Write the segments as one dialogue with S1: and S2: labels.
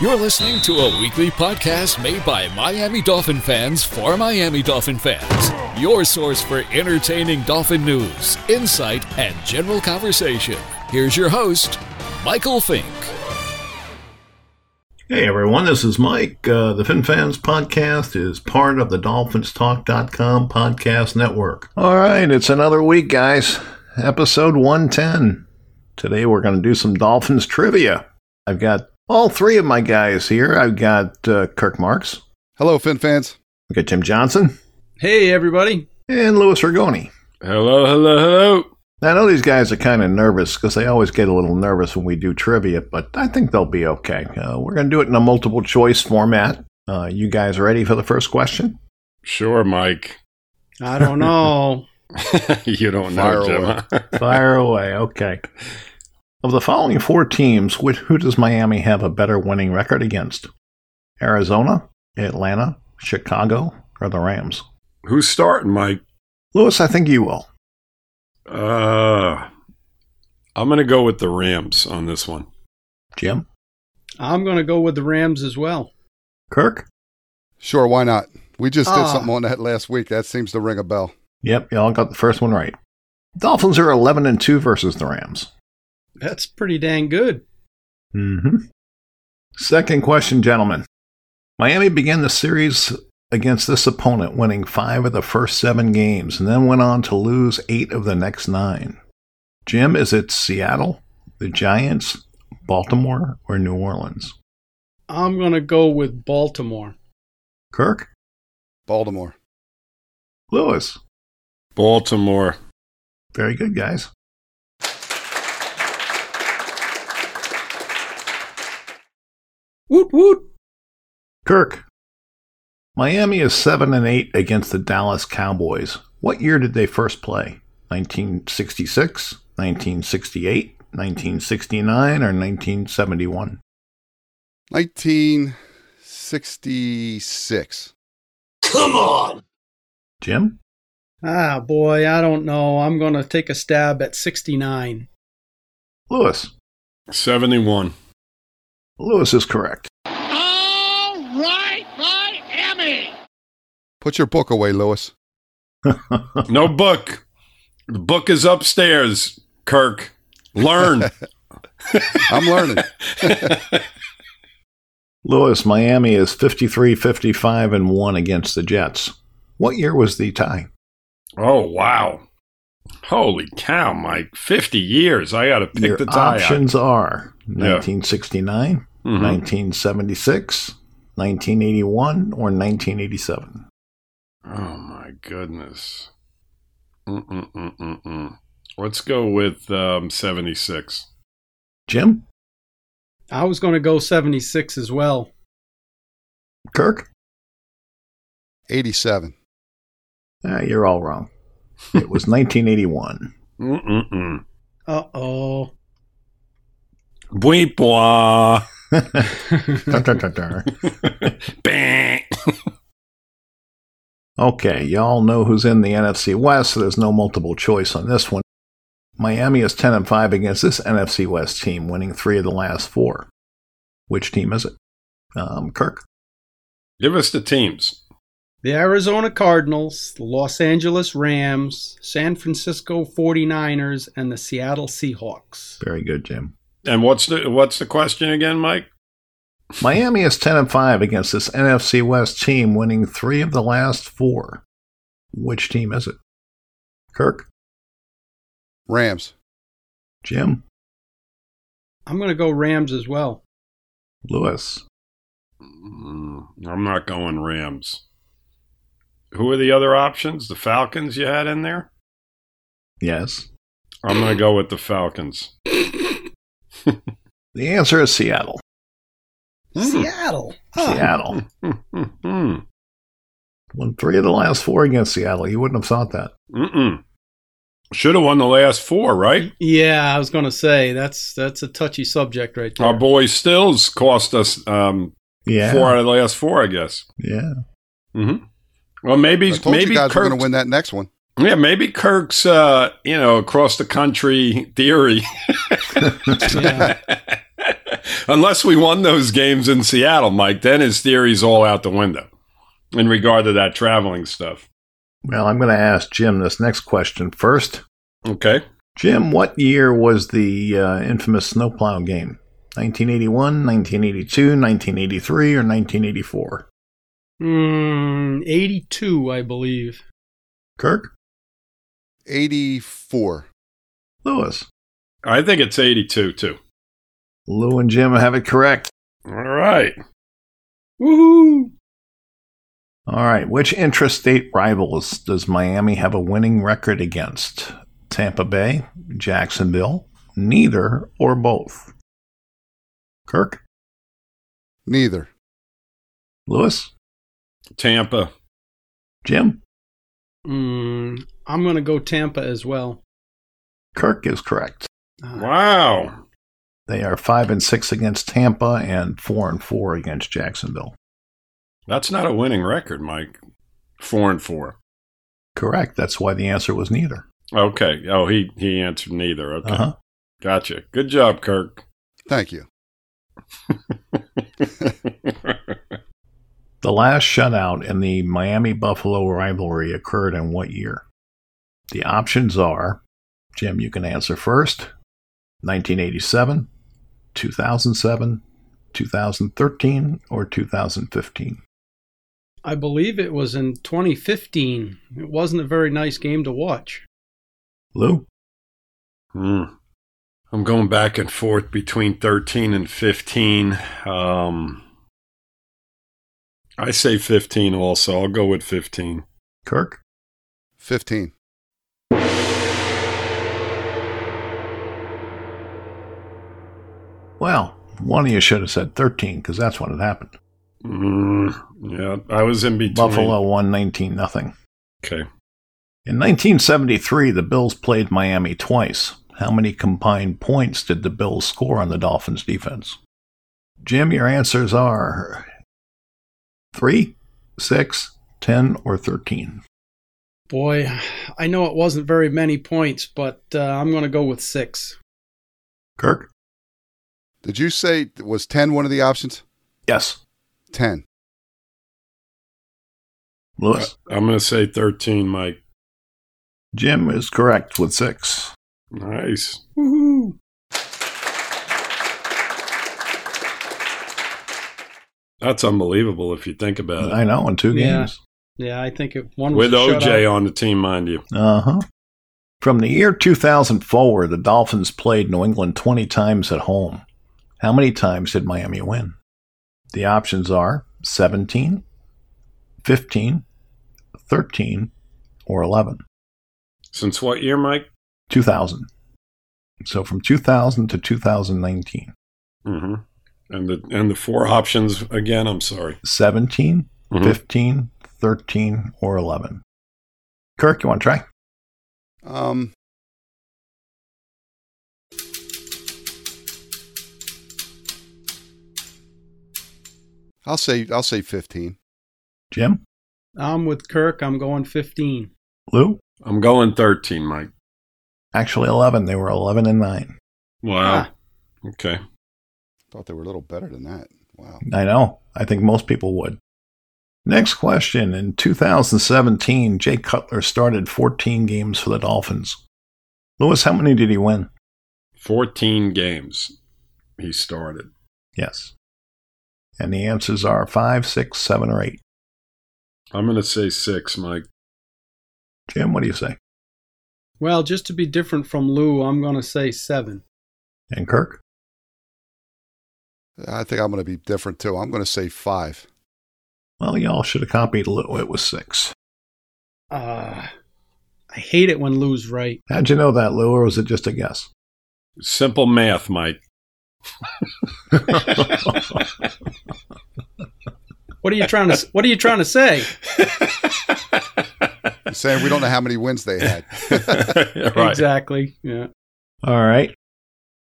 S1: You're listening to a weekly podcast made by Miami Dolphin fans for Miami Dolphin fans. Your source for entertaining Dolphin news, insight, and general conversation. Here's your host, Michael Fink.
S2: Hey everyone, this is Mike. Uh, the Fin Fans podcast is part of the DolphinsTalk.com podcast network. All right, it's another week, guys. Episode 110. Today we're going to do some Dolphins trivia. I've got all three of my guys here. I've got uh, Kirk Marks,
S3: Hello, Fin fans.
S2: I've got Jim Johnson,
S4: Hey, everybody.
S2: and Louis Rigoni.
S4: Hello, hello, hello.
S2: Now, I know these guys are kind of nervous because they always get a little nervous when we do trivia, but I think they'll be okay. Uh, we're going to do it in a multiple choice format. Uh, you guys ready for the first question?
S5: Sure, Mike.
S4: I don't know.
S5: you don't
S3: Fire
S5: know, Gemma.
S2: Fire away. Okay. Of the following four teams, which, who does Miami have a better winning record against? Arizona, Atlanta, Chicago, or the Rams?
S5: Who's starting, Mike?
S2: Lewis, I think you will.
S5: Uh, I'm going to go with the Rams on this one.
S2: Jim?
S4: I'm going to go with the Rams as well.
S2: Kirk?
S3: Sure, why not? We just did
S4: Ah.
S3: something on that last week. That seems to ring a bell.
S2: Yep, y'all got the first one right. Dolphins are 11 and 2 versus the Rams.
S4: That's pretty dang good.
S2: Mm-hmm. Second question, gentlemen. Miami began the series against this opponent, winning five of the first seven games, and then went on to lose eight of the next nine. Jim, is it Seattle, the Giants, Baltimore, or New Orleans?
S4: I'm going to go with Baltimore.
S2: Kirk,
S3: Baltimore.
S2: Lewis.
S5: Baltimore.
S2: Very good, guys.
S4: Woot woot.
S2: Kirk. Miami is 7 and 8 against the Dallas Cowboys. What year did they first play? 1966, 1968, 1969, or 1971?
S3: 1966.
S2: Jim?
S4: Ah, boy, I don't know. I'm going to take a stab at 69.
S2: Lewis.
S5: 71.
S2: Lewis is correct.
S6: All right, Miami!
S3: Put your book away, Lewis.
S5: No book. The book is upstairs, Kirk. Learn.
S3: I'm learning.
S2: Lewis, Miami is 53, 55, and 1 against the Jets. What year was the tie?
S5: oh, wow. Holy cow, Mike. 50 years. I got to pick
S2: Your
S5: the tie out.
S2: options are 1969,
S5: Mhm.
S2: 1976, 1981, or 1987.
S5: Oh my goodness. Mm-mm-mm-mm-mm. Let's go with um, 76.
S2: Jim?
S4: I was going to go 76 as well.
S2: Kirk?
S3: 87.
S2: Ah, you're all wrong. It was 1981.
S5: Mm-mm-mm.
S4: Uh oh.
S5: Bwee blah.
S2: Dun, dun, dun, dun.
S5: Bang.
S2: okay, y'all know who's in the NFC West, so there's no multiple choice on this one. Miami is 10 and 5 against this NFC West team, winning three of the last four. Which team is it? Um, Kirk,
S5: Give us the teams.
S4: The Arizona Cardinals, the Los Angeles Rams, San Francisco 49ers, and the Seattle Seahawks.
S2: very good, Jim.
S5: And what's the what's the question again, Mike?
S2: Miami is 10 and 5 against this NFC West team, winning three of the last four. Which team is it? Kirk,
S3: Rams.
S2: Jim,
S4: I'm going to go Rams as well.
S2: Lewis,
S5: Mm, I'm not going Rams. Who are the other options? The Falcons you had in there?
S2: yes.
S5: I'm going to go with the Falcons.
S2: The answer is Seattle.
S4: Seattle.
S2: Seattle.
S5: Mm-mm.
S2: Won three of the last four against Seattle. You wouldn't have thought that.
S5: Mm-mm. Should have won the last four, right?
S4: Yeah, I was going to say that's that's a touchy subject right there.
S5: Our boy Stills cost us um,
S2: Yeah.
S5: four out of the last four, I guess.
S2: Yeah.
S5: Mm-hmm. Well, maybe
S3: I told
S5: maybe
S3: you guys were
S5: Kirk.
S3: going to win that next one.
S5: Yeah, maybe Kirk's uh, you know across the country theory.
S4: Yeah.
S5: Unless we won those games in Seattle, Mike, then his theory's all out the window in regard to that traveling stuff.
S2: Well, I'm going to ask Jim this next question first.
S5: Okay.
S2: Jim, what year was the uh, infamous snowplow game? 1981, 1982, 1983, or 1984?
S4: Mm, 82, I believe.
S2: Kirk?
S3: 84.
S2: Lewis?
S5: I think it's 82, too.
S2: Lou and Jim have it correct.
S5: All right.
S4: Woohoo!
S2: All right. Which intrastate rivals does Miami have a winning record against? Tampa Bay, Jacksonville, neither, or both? Kirk?
S3: Neither.
S2: Lewis?
S5: Tampa.
S2: Jim?
S4: Mm, I'm going to go Tampa as well. Uh,
S2: Kirk is correct.
S5: Wow.
S2: They are five and six against Tampa and four and four against Jacksonville.
S5: That's not a winning record, Mike. Four and four.
S2: Correct. That's why the answer was neither.
S5: Okay. Oh, he, he answered neither. Okay.
S2: Uh-huh.
S5: Gotcha. Good job, Kirk.
S3: Thank you.
S2: The last shutout in the Miami Buffalo rivalry occurred in what year? The options are Jim, you can answer first 1987, 2007, 2013, or 2015.
S4: I believe it was in 2015. It wasn't a very nice game to watch.
S2: Lou?
S5: Hmm. I'm going back and forth between 13 and 15. Um, I say 15 also. I'll go with 15.
S2: Kirk?
S3: 15.
S2: Well, one of you should have said 13 because that's when it happened.
S5: Mm, yeah, I was in between.
S2: Buffalo won 19 0.
S5: Okay.
S2: In 1973, the Bills played Miami twice. How many combined points did the Bills score on the Dolphins defense? Jim, your answers are 3, 6, 10, or 13.
S4: Boy, I know it wasn't very many points, but uh, I'm going to go with six.
S2: Kirk?
S3: Did you say was 10 one of the options?
S2: Yes.
S3: 10.
S2: Lewis?
S5: I- I'm going to say 13, Mike.
S2: Jim is correct with 6.
S5: Nice.
S4: Woohoo!
S5: That's unbelievable if you think about it.
S2: I know, in two
S4: Yeah.
S2: games.
S4: Yeah, I think it one was
S5: With
S4: a
S5: OJ
S4: shutout.
S5: on the team, mind you.
S2: Uh huh. From the year 2000 forward, the Dolphins played New England 20 times at home. How many times did Miami win? The options are 17, 15, 13, or 11.
S5: Since what year, Mike?
S2: 2000. So from 2000 to 2019,
S5: hmm And the and the four options again. I'm sorry.
S2: 17,
S5: Mhm.
S2: 15, 13, or 11. Kirk, you want to try?
S3: Um, I'll say I'll say 15.
S2: Jim?
S4: I'm with Kirk. I'm going 15.
S2: Lou?
S5: I'm going 13, Mike.
S2: Actually, 11. They were 11 and 9.
S5: Wow. Okay.
S3: Thought they were a little better than that. Wow.
S2: I know. I think most people would. Next question. In 2017, Jay Cutler started 14 games for the Dolphins. Lewis, how many did he win?
S5: 14 games he started.
S2: Yes. And the answers are five, six, seven, or 8.
S5: I'm going to say six, Mike.
S2: Jim, what do you say?
S4: Well, just to be different from Lou, I'm going to say seven.
S2: And Kirk?
S3: I think I'm going to be different too. I'm going to say 5.
S2: Well, y'all should have copied Lou. It was six.
S4: Uh, I hate it when Lou's right.
S2: How'd you know that, Lou, or was it just a guess?
S5: Simple math, Mike.
S4: What are you trying to What are you trying to say?
S3: You're saying we don't know how many wins they had.
S5: right.
S4: Exactly. Yeah.
S2: All right.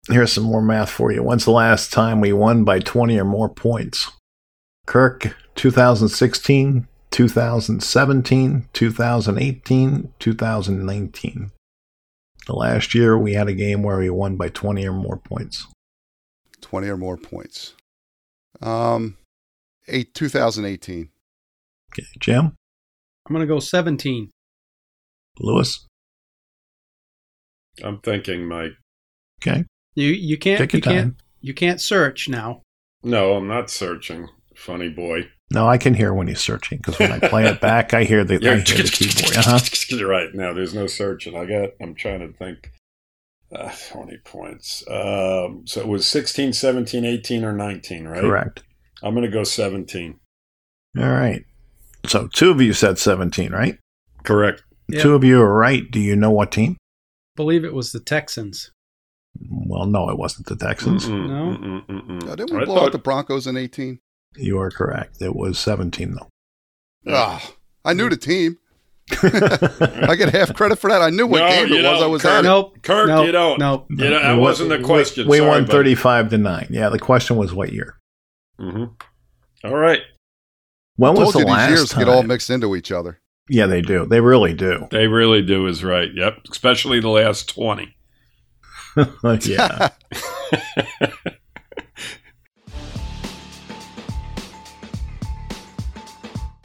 S2: Here's some more math for you. When's the last time we won by 20 or more points? Kirk, 2016, 2017, 2018, 2019. The last year we had a game where we won by 20 or more points.
S3: 20 or more points. Um, eight, 2018.
S2: Okay, Jim,
S4: I'm going to go 17.
S2: Lewis.
S5: I'm thinking, Mike.
S2: Okay,
S4: You you can't
S2: Take your
S4: you can't
S2: time.
S4: you can't search now.
S5: No, I'm not searching. Funny boy.
S2: no, I can hear when he's searching because when I play it back, I hear the, I hear the keyboard. Uh huh.
S5: You're right. No, there's no searching. I got. I'm trying to think. Uh, 20 points. Um, so it was 16, 17, 18, or 19, right?
S2: Correct.
S5: I'm going to go 17.
S2: All right. So two of you said 17, right?
S5: Correct.
S4: Yeah.
S2: Two of you are right. Do you know what team?
S4: believe it was the Texans.
S2: Well, no, it wasn't the Texans.
S4: No?
S5: mm, mm, mm.
S3: Now, didn't we
S5: I
S3: blow out
S5: thought-
S3: the Broncos in 18?
S2: You are correct. It was 17, though.
S3: Ah, I knew the team. I get half credit for that. I knew what
S5: No,
S3: game
S5: you
S3: it was.
S5: don't,
S3: I was
S5: Kurt.
S3: at it.
S4: Nope.
S5: Kirk,
S4: nope,
S5: you don't.
S4: Nope.
S5: You know, that
S2: We-
S5: wasn't the question.
S2: We
S5: Sorry,
S2: won
S5: buddy.
S2: 35 to 9. Yeah, the question was what year?
S5: Mhm. All right.
S2: When was
S3: Told
S2: the
S3: you these
S2: last
S3: years
S2: time?
S3: get all mixed into each other.
S2: yeah, they do. They really do.
S5: They really do is right. Yep. Especially the last 20.
S2: yeah.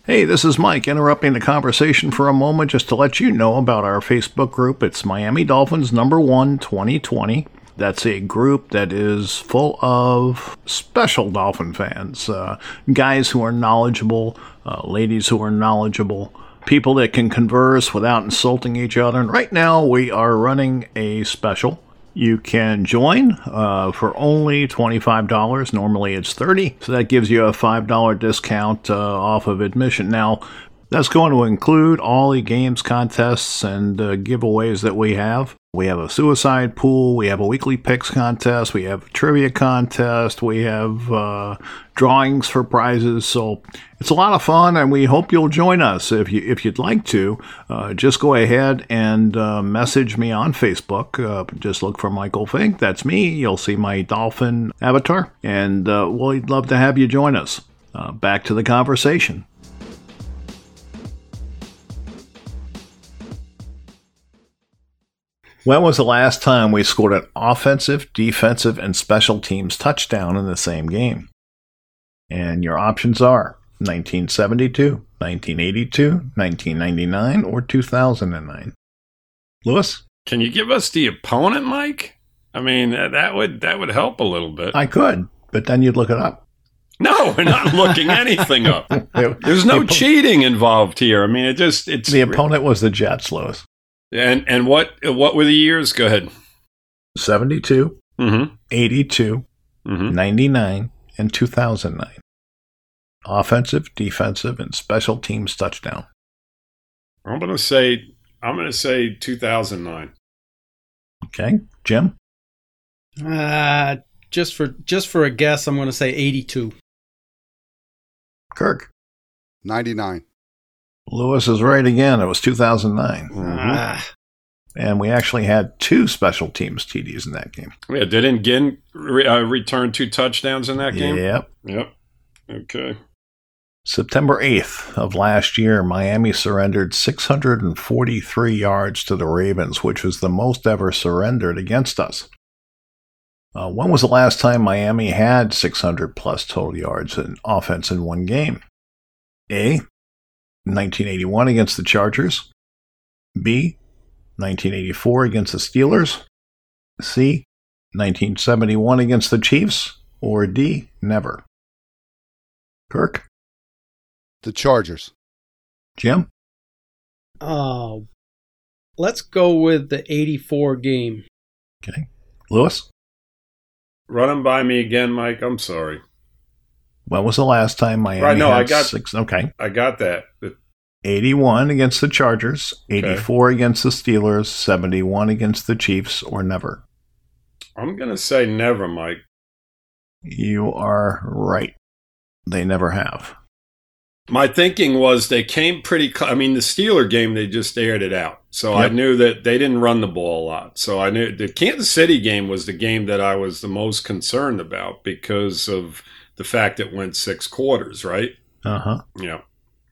S2: Hey, this is Mike interrupting the conversation for a moment just to let you know about our Facebook group. It's Miami Dolphins Number One 2020. That's a group that is full of special Dolphin fans, uh, guys who are knowledgeable, uh, ladies who are knowledgeable, people that can converse without insulting each other. And right now, we are running a special. You can join uh, for only $25. Normally it's 30 So that gives you a $5 discount uh, off of admission. Now, that's going to include all the games, contests, and uh, giveaways that we have. We have a suicide pool, we have a weekly picks contest, we have a trivia contest, we have uh, drawings for prizes. So it's a lot of fun, and we hope you'll join us. If, you, if you'd like to, uh, just go ahead and uh, message me on Facebook. Uh, just look for Michael Fink. That's me. You'll see my dolphin avatar, and uh, we'd love to have you join us. Uh, back to the conversation. When was the last time we scored an offensive, defensive, and special teams touchdown in the same game? And your options are 1972, 1982, 1999, or 2009. Lewis,
S5: Can you give us the opponent, Mike? I mean, uh, that would that would help a little bit.
S2: I could, but then you'd look it up.
S5: no, we're not looking anything up. There's
S2: The
S5: no
S2: oppo-
S5: cheating involved here. I mean, it just it's
S2: The opponent was the Jets, Lewis.
S5: And and what what were the years? Go ahead.
S2: 72,
S5: Mm-hmm.
S2: 82,
S5: Mm-hmm.
S2: 99, and 2009. Offensive, defensive, and special teams touchdown.
S5: I'm gonna say I'm gonna say 2009.
S2: Okay, Jim?
S4: Uh, just for just for a guess, I'm going to say 82.
S2: Kirk.
S3: 99.
S2: Lewis is right again. It was 2009.
S4: Ah,
S2: And we actually had two special teams TDs in that game.
S5: Yeah, didn't Ginn re- uh, return two touchdowns in that game?
S2: Yep.
S5: Yep. Okay.
S2: September 8th of last year, Miami surrendered 643 yards to the Ravens, which was the most ever surrendered against us. Uh, when was the last time Miami had 600 plus total yards in offense in one game? A. 1981 against the Chargers. B. 1984 against the Steelers. C. 1971 against the Chiefs. Or D. Never. Kirk?
S3: The Chargers.
S2: Jim?
S4: oh, let's go with the 84 game.
S2: Okay. Lewis,
S5: Run them by me again, Mike. I'm sorry.
S2: when was the last time Miami
S5: Right, no,
S2: had
S5: I got-
S2: six? Okay.
S5: I got that.
S2: 81 against the Chargers,
S5: Okay.
S2: 84 against the Steelers, 71 against the Chiefs, or never.
S5: I'm gonna say never, Mike.
S2: You are right. They never have.
S5: My thinking was they came pretty. Cl- I mean, the Steeler game they just aired it out, so
S2: Yep.
S5: I knew that they didn't run the ball a lot. So I knew the Kansas City game was the game that I was the most concerned about because of the fact it went six quarters, right?
S2: Uh huh.
S5: Yeah,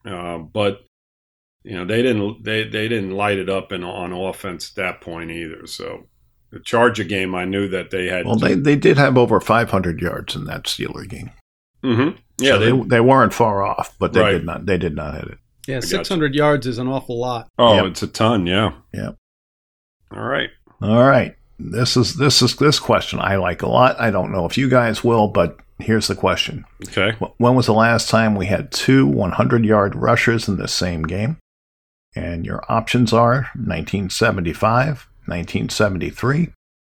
S5: uh, but you know they didn't they they didn't light it up in, on offense at that point either. So the Charger game, I knew that they had.
S2: Well, they, they did have over 500 yards in that Steeler game.
S5: Mhm. yeah,
S2: so
S5: they,
S2: they, they, weren't far off, but they
S5: Right.
S2: did not they did not hit it.
S4: Yeah,
S5: gotcha.
S4: 600 yards is an awful lot.
S5: oh,
S2: Yep.
S5: it's a ton. Yeah,
S2: Yep.
S5: All right.
S2: All right. This is this is this question I like a lot. I don't know if you guys will, but here's the question:
S5: Okay.
S2: Wh- When was the last time we had two 100-yard rushers in the same game? And your options are 1975, 1973,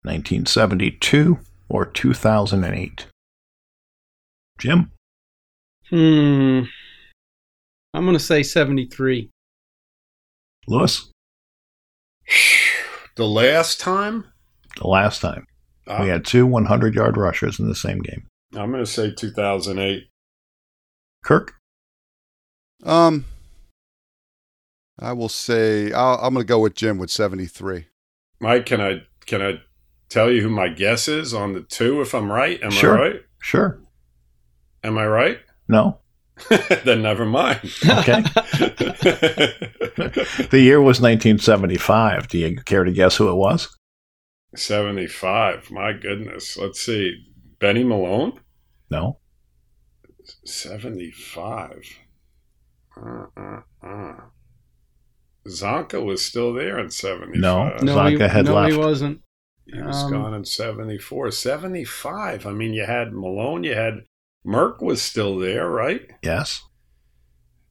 S2: 1972, or 2008. Jim,
S4: Hmm. I'm going to say 73.
S2: Lewis,
S5: The last time,
S2: the last time
S5: uh,
S2: we had two 100-yard rushers in the same game.
S5: I'm going to say 2008.
S2: Kirk,
S3: Um, I will say I'll, I'm going to go with Jim with 73.
S5: Mike, can I can I tell you who my guess is on the two? If I'm right, am
S2: Sure.
S5: I right?
S2: sure.
S5: Am I right?
S2: No.
S5: then never mind.
S2: Okay. The year was 1975. Do you care to guess who it was?
S5: 75. My goodness. Let's see. Benny Malone?
S2: No.
S5: 75. Uh, uh, uh. Zonka was still there in 75.
S2: No. Zonka had
S4: no, he
S2: left.
S4: wasn't.
S5: He was
S4: Um,
S5: gone in 74. 75. I mean, you had Malone, you had Merck was still there, right?
S2: Yes.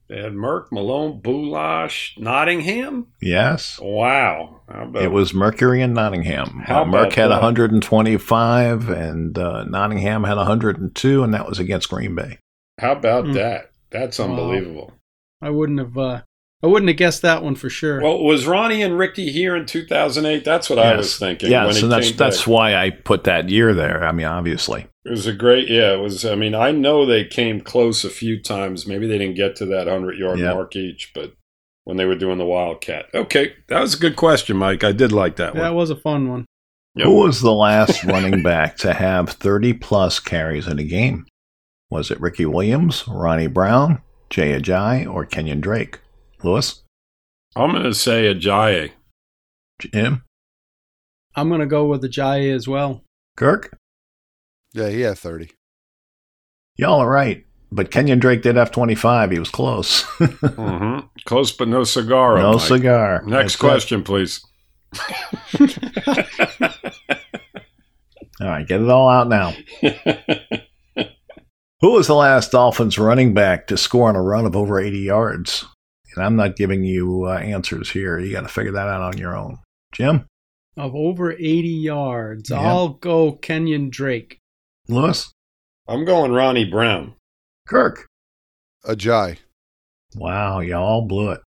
S5: They had Merck, Malone, Boulash, Nottingham.
S2: Yes.
S5: Wow. How about
S2: It was Mercury and Nottingham.
S5: How
S2: Uh, Merck
S5: about
S2: had
S5: that?
S2: 125, and uh, Nottingham had 102, and that was against Green Bay.
S5: How about
S4: Mm.
S5: that? That's
S4: Wow.
S5: unbelievable.
S4: I wouldn't have. Uh, I wouldn't have guessed that one for sure.
S5: Well, was Ronnie and Ricky here in 2008? That's what I was thinking.
S2: Yeah,
S5: when
S2: so
S5: he
S2: that's
S5: came
S2: that's
S5: back.
S2: why I put that year there. I mean, obviously.
S5: It was a great, yeah. It was. I mean, I know they came close a few times. Maybe they didn't get to that hundred yard
S2: Yeah.
S5: mark each, but when they were doing the Wildcat, okay, that was a good question, Mike. I did like that
S4: that
S5: one.
S4: was a fun one.
S5: Yep.
S2: Who was the last running back to have 30 plus carries in a game? Was it Ricky Williams, Ronnie Brown, Jay Ajayi, or Kenyon Drake? Lewis,
S5: I'm going to say Ajayi.
S2: Jim,
S4: I'm going to go with the Jaya as well.
S2: Kirk?
S3: Yeah, he had 30.
S2: Y'all are right. But Kenyon Drake did have 25. He was close.
S5: Mm-hmm. Close, but no cigar.
S2: no
S5: Mike.
S2: cigar.
S5: Next
S2: That's it.
S5: question, please.
S2: All right, get it all out now. Who was the last Dolphins running back to score on a run of over 80 yards? And I'm not giving you uh, answers here. You got to figure that out on your own. Jim,
S4: Of over 80 yards,
S2: Yeah.
S4: I'll go Kenyon Drake.
S2: Lewis,
S5: I'm going Ronnie Brown.
S2: Kirk.
S3: Ajay.
S2: Wow, y'all blew it.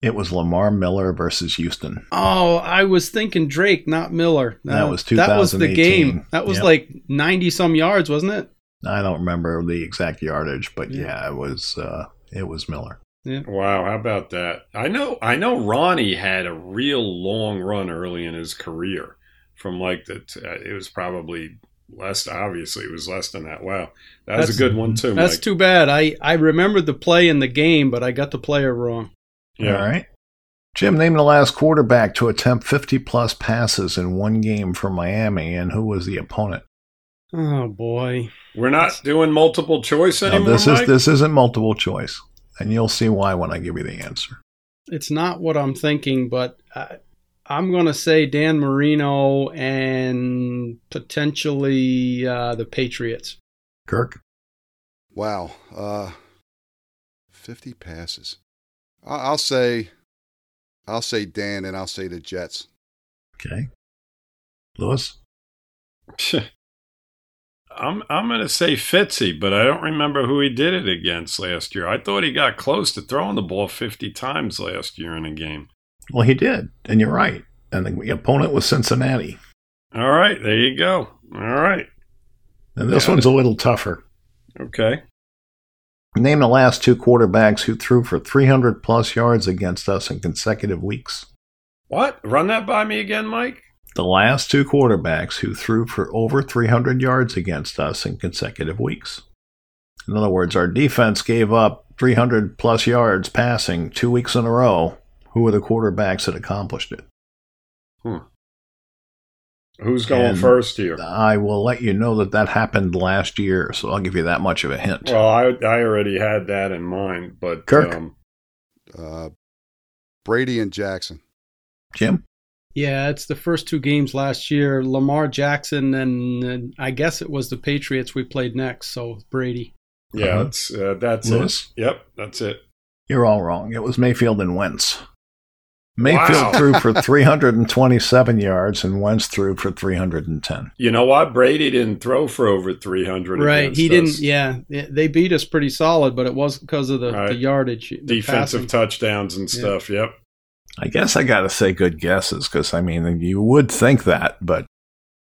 S2: It was Lamar Miller versus Houston.
S4: Oh, I was thinking Drake, not Miller.
S2: That was
S4: That was the
S2: 2018.
S4: game. That was
S2: Yep.
S4: like 90 some yards, wasn't it?
S2: I don't remember the exact yardage, but
S4: Yeah.
S2: yeah, it was uh, it was Miller.
S5: Wow, how about that? I know I know Ronnie had a real long run early in his career from like that it was probably less obviously it was less than that. Wow. That was
S4: That's-
S5: a good one too.
S4: That's
S5: Mike.
S4: too bad. I, I remembered the play in the game, but I got the player wrong.
S5: yeah.
S2: All right. Jim, name the last quarterback to attempt 50 plus passes in one game for Miami, and who was the opponent?
S4: Oh, boy.
S5: We're not doing multiple choice
S2: Now,
S5: anymore.
S2: this
S5: Mike?
S2: is this isn't multiple choice, and you'll see why when I give you the answer.
S4: It's not what I'm thinking, but I, I'm going to say Dan Marino and potentially uh, the Patriots.
S2: Kirk,
S3: Wow. Uh, 50 passes. I- I'll say, I'll say Dan, and I'll say the Jets.
S2: okay. Lewis,
S5: I'm I'm gonna say Fitzy, but I don't remember who he did it against last year. I thought he got close to throwing the ball fifty times last year in a game.
S2: well, he did, and you're right. And the opponent was Cincinnati.
S5: All right, there you go. All right.
S2: And this
S5: Yeah.
S2: one's a little tougher.
S5: Okay.
S2: Name the last two quarterbacks who threw for 300 plus yards against us in consecutive weeks.
S5: What? Run that by me again, Mike?
S2: The last two quarterbacks who threw for over 300 yards against us in consecutive weeks. In other words, our defense gave up 300 plus yards passing two weeks in a row. Who were the quarterbacks that accomplished it?
S5: Hmm. Who's going
S2: And-
S5: first here?
S2: I will let you know that that happened last year, so I'll give you that much of a hint.
S5: Well, I I already had that in mind, but
S2: Kirk?
S5: Um,
S3: Uh, Brady and Jackson.
S2: Jim?
S4: Yeah, it's the first two games last year. Lamar Jackson and, and I guess it was the Patriots we played next. So Brady.
S5: yeah,
S2: Uh-huh.
S5: that's uh, that's
S2: Lewis?
S5: it. Yep, that's it.
S2: You're all wrong. It was Mayfield and Wentz. Mayfield
S5: Wow.
S2: threw for 327 yards and Wentz threw for 310.
S5: You know what? Brady didn't throw for over three hundred.
S4: Right. He didn't. Yeah, they- they beat us pretty solid, but it was because of the, the
S5: Right.
S4: yardage, the
S5: Defensive
S4: passing.
S5: touchdowns and
S4: Yeah.
S5: stuff. Yep.
S2: I guess I got to say good guesses because, I mean, you would think that, but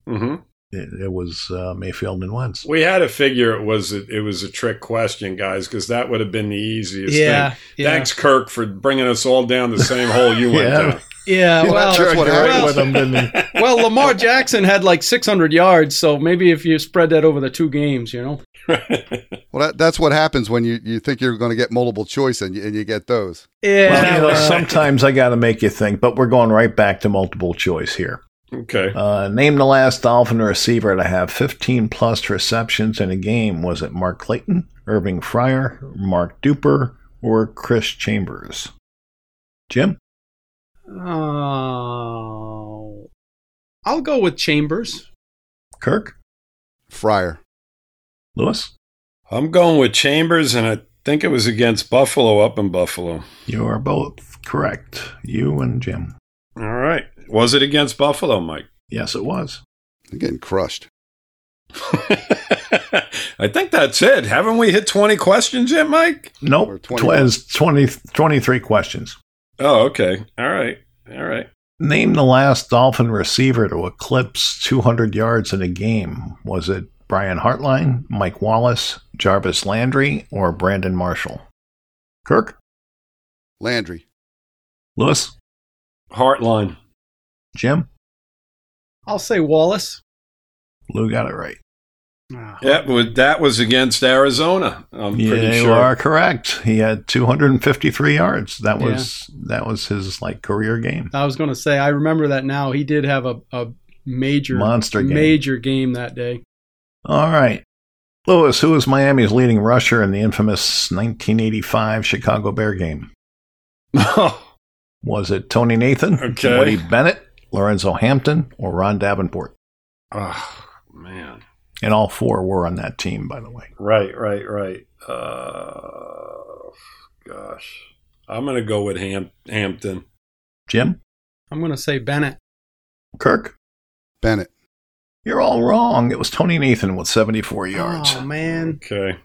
S5: hmm
S2: it, it was uh, Mayfield and Wentz.
S5: We had to figure it was a, it was a trick question, guys, because that would have been the easiest
S4: Yeah,
S5: thing.
S4: yeah,
S5: Thanks, Kirk, for bringing us all down the same hole you went
S2: Yeah.
S5: down.
S4: yeah.
S2: You
S4: Well,
S2: tried
S3: what
S2: to
S4: happened.
S2: write with him, didn't you?
S4: well, Lamar Jackson had like 600 yards, so maybe if you spread that over the two games, you know.
S3: Well, that, that's what happens when you, you think you're going to get multiple choice and you, and you get those.
S4: Yeah. uh,
S2: Well, you know,
S5: well.
S2: sometimes I got to make you think, but we're going right back to multiple choice here.
S5: okay.
S2: Uh, name the last Dolphin receiver to have 15 plus receptions in a game. Was it Mark Clayton, Irving Fryer, Mark Duper, or Chris Chambers? Jim?
S4: Oh, I'll go with Chambers.
S2: Kirk?
S3: Fryer.
S2: Lewis?
S5: I'm going with Chambers, and I think it was against Buffalo up in Buffalo.
S2: You are both correct. You and Jim.
S5: All right. Was it against Buffalo, Mike?
S2: Yes, it was.
S3: You're getting crushed.
S5: I think that's it. Haven't we hit 20 questions yet, Mike?
S3: Or
S2: Nope.
S3: 21.
S2: Twas 20, 23 questions.
S5: Oh, okay. All right. All right.
S2: Name the last Dolphin receiver to eclipse 200 yards in a game. Was it Brian Hartline, Mike Wallace, Jarvis Landry, or Brandon Marshall? Kirk?
S3: Landry.
S2: Lewis?
S5: Heartline.
S2: Jim?
S4: I'll say Wallace.
S2: Lou got it right.
S4: Ah.
S5: Yeah, but that was against Arizona. I'm
S2: Yeah,
S5: pretty
S2: you
S5: sure.
S2: are correct. He had 253 yards. That was that was his like career game.
S4: I was going to say, I remember that now. He did have a, a major
S2: Monster game.
S4: major game that day.
S2: All right. Lewis, who was Miami's leading rusher in the infamous 1985 Chicago Bear game?
S5: Oh,
S2: Was it Tony Nathan,
S5: Okay.
S2: Woody Bennett, Lorenzo Hampton, or Ron Davenport?
S5: oh, man.
S2: And all four were on that team, by the way.
S5: Right, right, right. Uh, gosh. I'm going to go with Ham- Hampton.
S2: Jim,
S4: I'm going to say Bennett.
S2: Kirk,
S3: Bennett.
S2: you're all wrong. It was Tony Nathan with 74 yards.
S4: Oh, man.
S5: Okay.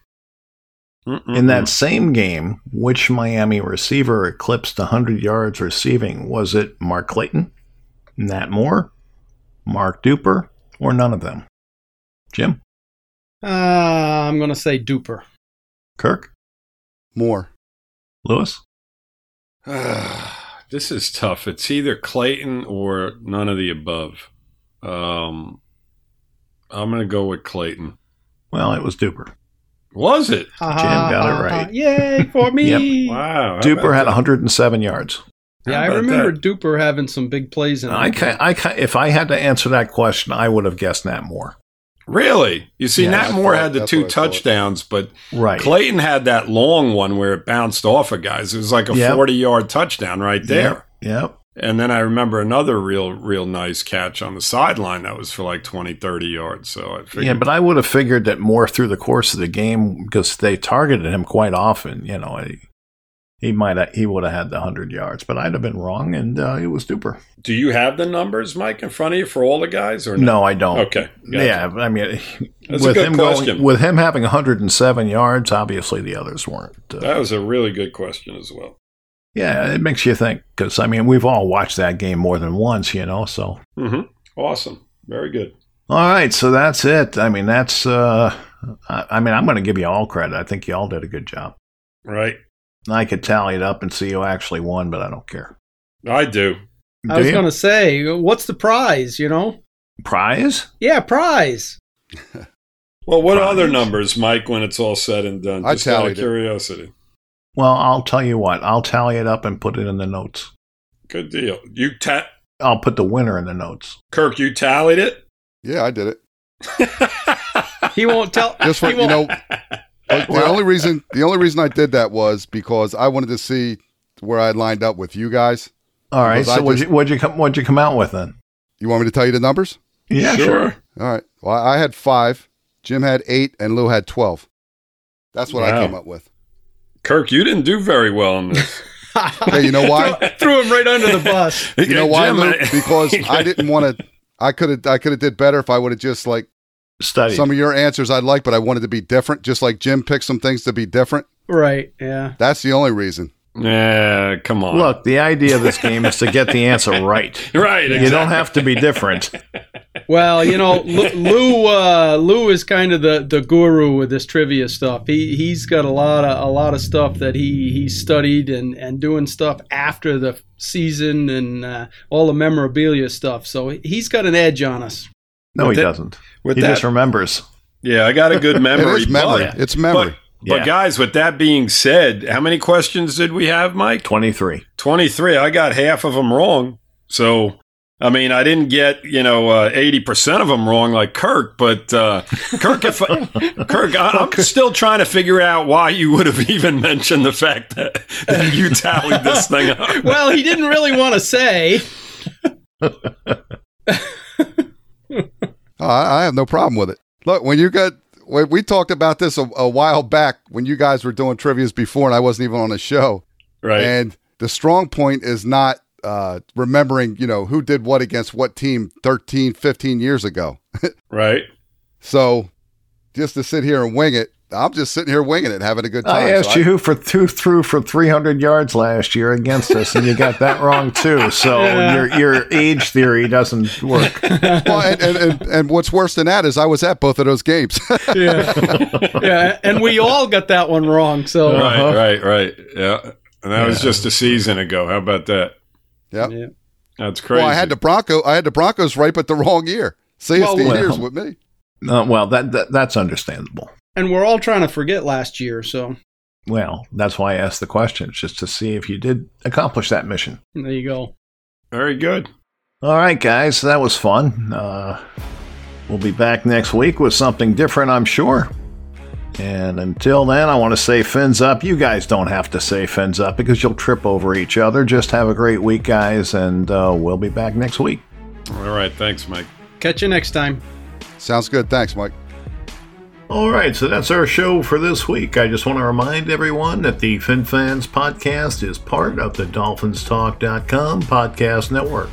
S5: Mm-hmm.
S2: In that same game, which Miami receiver eclipsed 100 yards receiving? Was it Mark Clayton, Nat Moore, Mark Duper, or none of them? Jim,
S4: Uh, I'm going to say Duper.
S2: Kirk,
S3: Moore.
S2: Lewis,
S5: this is tough. It's either Clayton or none of the above. Um, I'm going to go with Clayton.
S2: well, it was Duper.
S5: Was it?
S4: Ha,
S2: Jim
S4: ha,
S2: got it
S4: ha, ha.
S2: right.
S4: Yay for me.
S5: Wow. how
S2: Duper
S5: about
S2: had
S5: that?
S2: 107 yards.
S4: Yeah,
S5: How
S4: I
S5: about
S4: remember
S5: that?
S4: Duper having some big plays in
S2: I
S4: that
S2: can, I can, if I had to answer that question, I would have guessed Nat Moore.
S5: Really? You see,
S2: Yeah,
S5: Nat
S3: that's
S5: Moore
S3: what I-
S5: had the
S3: that's
S5: two
S3: what I thought.
S5: touchdowns, but
S2: Right.
S5: Clayton had that long one where it bounced off of guys. It was like a
S2: Yep.
S5: 40 yard touchdown right there.
S2: Yep. yep.
S5: And then I remember another real, reel nice catch on the sideline that was for like 20, 30 yards. So I figured.
S2: Yeah, but I would have figured that Moore through the course of the game because they targeted him quite often. You know, he, he might have, he would have had the hundred yards, but I'd have been wrong, and uh, it was Duper.
S5: Do you have the numbers, Mike, in front of you for all the guys or
S2: No, I don't.
S5: Okay. gotcha.
S2: Yeah, but I mean,
S5: That's a
S2: with
S5: good
S2: him
S5: question.
S2: going with him having 107 yards, obviously the others weren't. Uh,
S5: That was a really good question as well.
S2: yeah, it makes you think because I mean we've all watched that game more than once, you know. So
S5: Mm-hmm. Awesome. Very good.
S2: All right, so that's it. I mean, that's. Uh, I I mean, I'm going to give you all credit. I think you all did a good job.
S5: Right.
S2: I could tally it up and see who actually won, but I don't care.
S5: I do.
S4: I
S2: Do
S4: was
S2: you?
S4: going to say, what's the prize, you know?
S2: prize.
S4: Yeah, prize.
S5: Well, what
S2: Prize.
S5: other numbers, Mike, when it's all said and done?
S3: I
S5: Just out of
S3: tallied it.
S5: curiosity.
S2: Well, I'll tell you what. I'll tally it up and put it in the notes.
S5: Good deal. You ta-
S2: I'll put the winner in the notes.
S5: Kirk, you tallied it.
S3: Yeah, I did it.
S4: He won't tell.
S3: Just for
S4: he
S3: you
S4: won't-
S3: know, the the only reason the only reason I did that was because I wanted to see where I lined up with you guys.
S2: All right.
S3: Because I
S2: So what'd
S3: just-
S2: you what'd you come what'd you come out with then?
S3: You want me to tell you the numbers?
S2: Yeah, sure.
S3: All right. Well, I had five. Jim had eight, and Lou had twelve. That's what I
S5: Wow.
S3: came up with.
S5: Kirk, you didn't do very well on this.
S3: Hey, you know why?
S4: Threw him right under the bus.
S3: you know why?
S5: Jim,
S3: Lou?
S5: I-
S3: Because I didn't want to. I could have. I could have did better if I would have just like
S2: Study.
S3: some of your answers I like, but I wanted to be different. Just like Jim picked some things to be different.
S4: Right. Yeah.
S3: That's the only reason.
S5: Yeah, come on.
S2: Look, the idea of this game is to get the answer right.
S5: right.
S2: You don't have to be different.
S4: Well, you know, Lou Lou, uh, Lou is kind of the, the guru with this trivia stuff. He he's got a lot of a lot of stuff that he he studied and and doing stuff after the season and uh, all the memorabilia stuff. So he's got an edge on us.
S2: No, he
S5: With it-
S2: doesn't.
S5: with
S2: He
S5: that,
S2: just remembers.
S5: yeah, I got a good memory.
S3: it is memory.
S5: But,
S3: It's memory.
S5: but
S2: Yeah.
S5: guys, with that being said, how many questions did we have, Mike?
S2: 23.
S5: 23. I got half of them wrong. So, I mean, I didn't get, you know, uh, 80% of them wrong like Kirk, but uh, Kirk, if I, Kirk, I, I'm still trying to figure out why you would have even mentioned the fact that, that you tallied this thing up.
S4: Well, he didn't really want to say.
S3: Oh, I, I have no problem with it. Look, when you got when we talked about this a, a while back when you guys were doing trivia's before, and I wasn't even on the show.
S5: Right.
S3: And the strong point is not uh, remembering, you know, who did what against what team 13, 15 years ago.
S5: right.
S3: So just to sit here and wing it, I'm just sitting here winging it, having a good time.
S2: I asked
S3: So
S2: you who for two threw for 300 yards last year against us, and you got that wrong too. So
S4: Yeah.
S2: your your age theory doesn't work.
S3: well, and, and, and, and what's worse than that is I was at both of those games.
S4: Yeah. yeah, and we all got that one wrong. So
S2: Uh-huh.
S5: Right, right, right. Yeah. And that was
S2: Yeah.
S5: just a season ago. How about that?
S3: Yep.
S4: Yeah.
S5: That's crazy.
S3: well, I had the Bronco, I had the Broncos right, but the wrong year. See,
S4: Well,
S3: it's the
S2: well-
S3: years with me.
S2: Uh, well, that, that that's understandable.
S4: and we're all trying to forget last year. So
S2: Well, that's why I asked the question, just to see if you did accomplish that mission.
S4: there you go.
S5: Very good.
S2: All right, guys, that was fun. Uh, we'll be back next week with something different, I'm sure. And until then, I want to say fins up. You guys don't have to say fins up because you'll trip over each other. Just have a great week, guys, and uh, we'll be back next week.
S5: All right. Thanks, Mike.
S4: Catch you next time.
S3: Sounds good. Thanks, Mike.
S2: All right, so that's our show for this week. I just want to remind everyone that the FinFans podcast is part of the DolphinsTalk.com podcast network.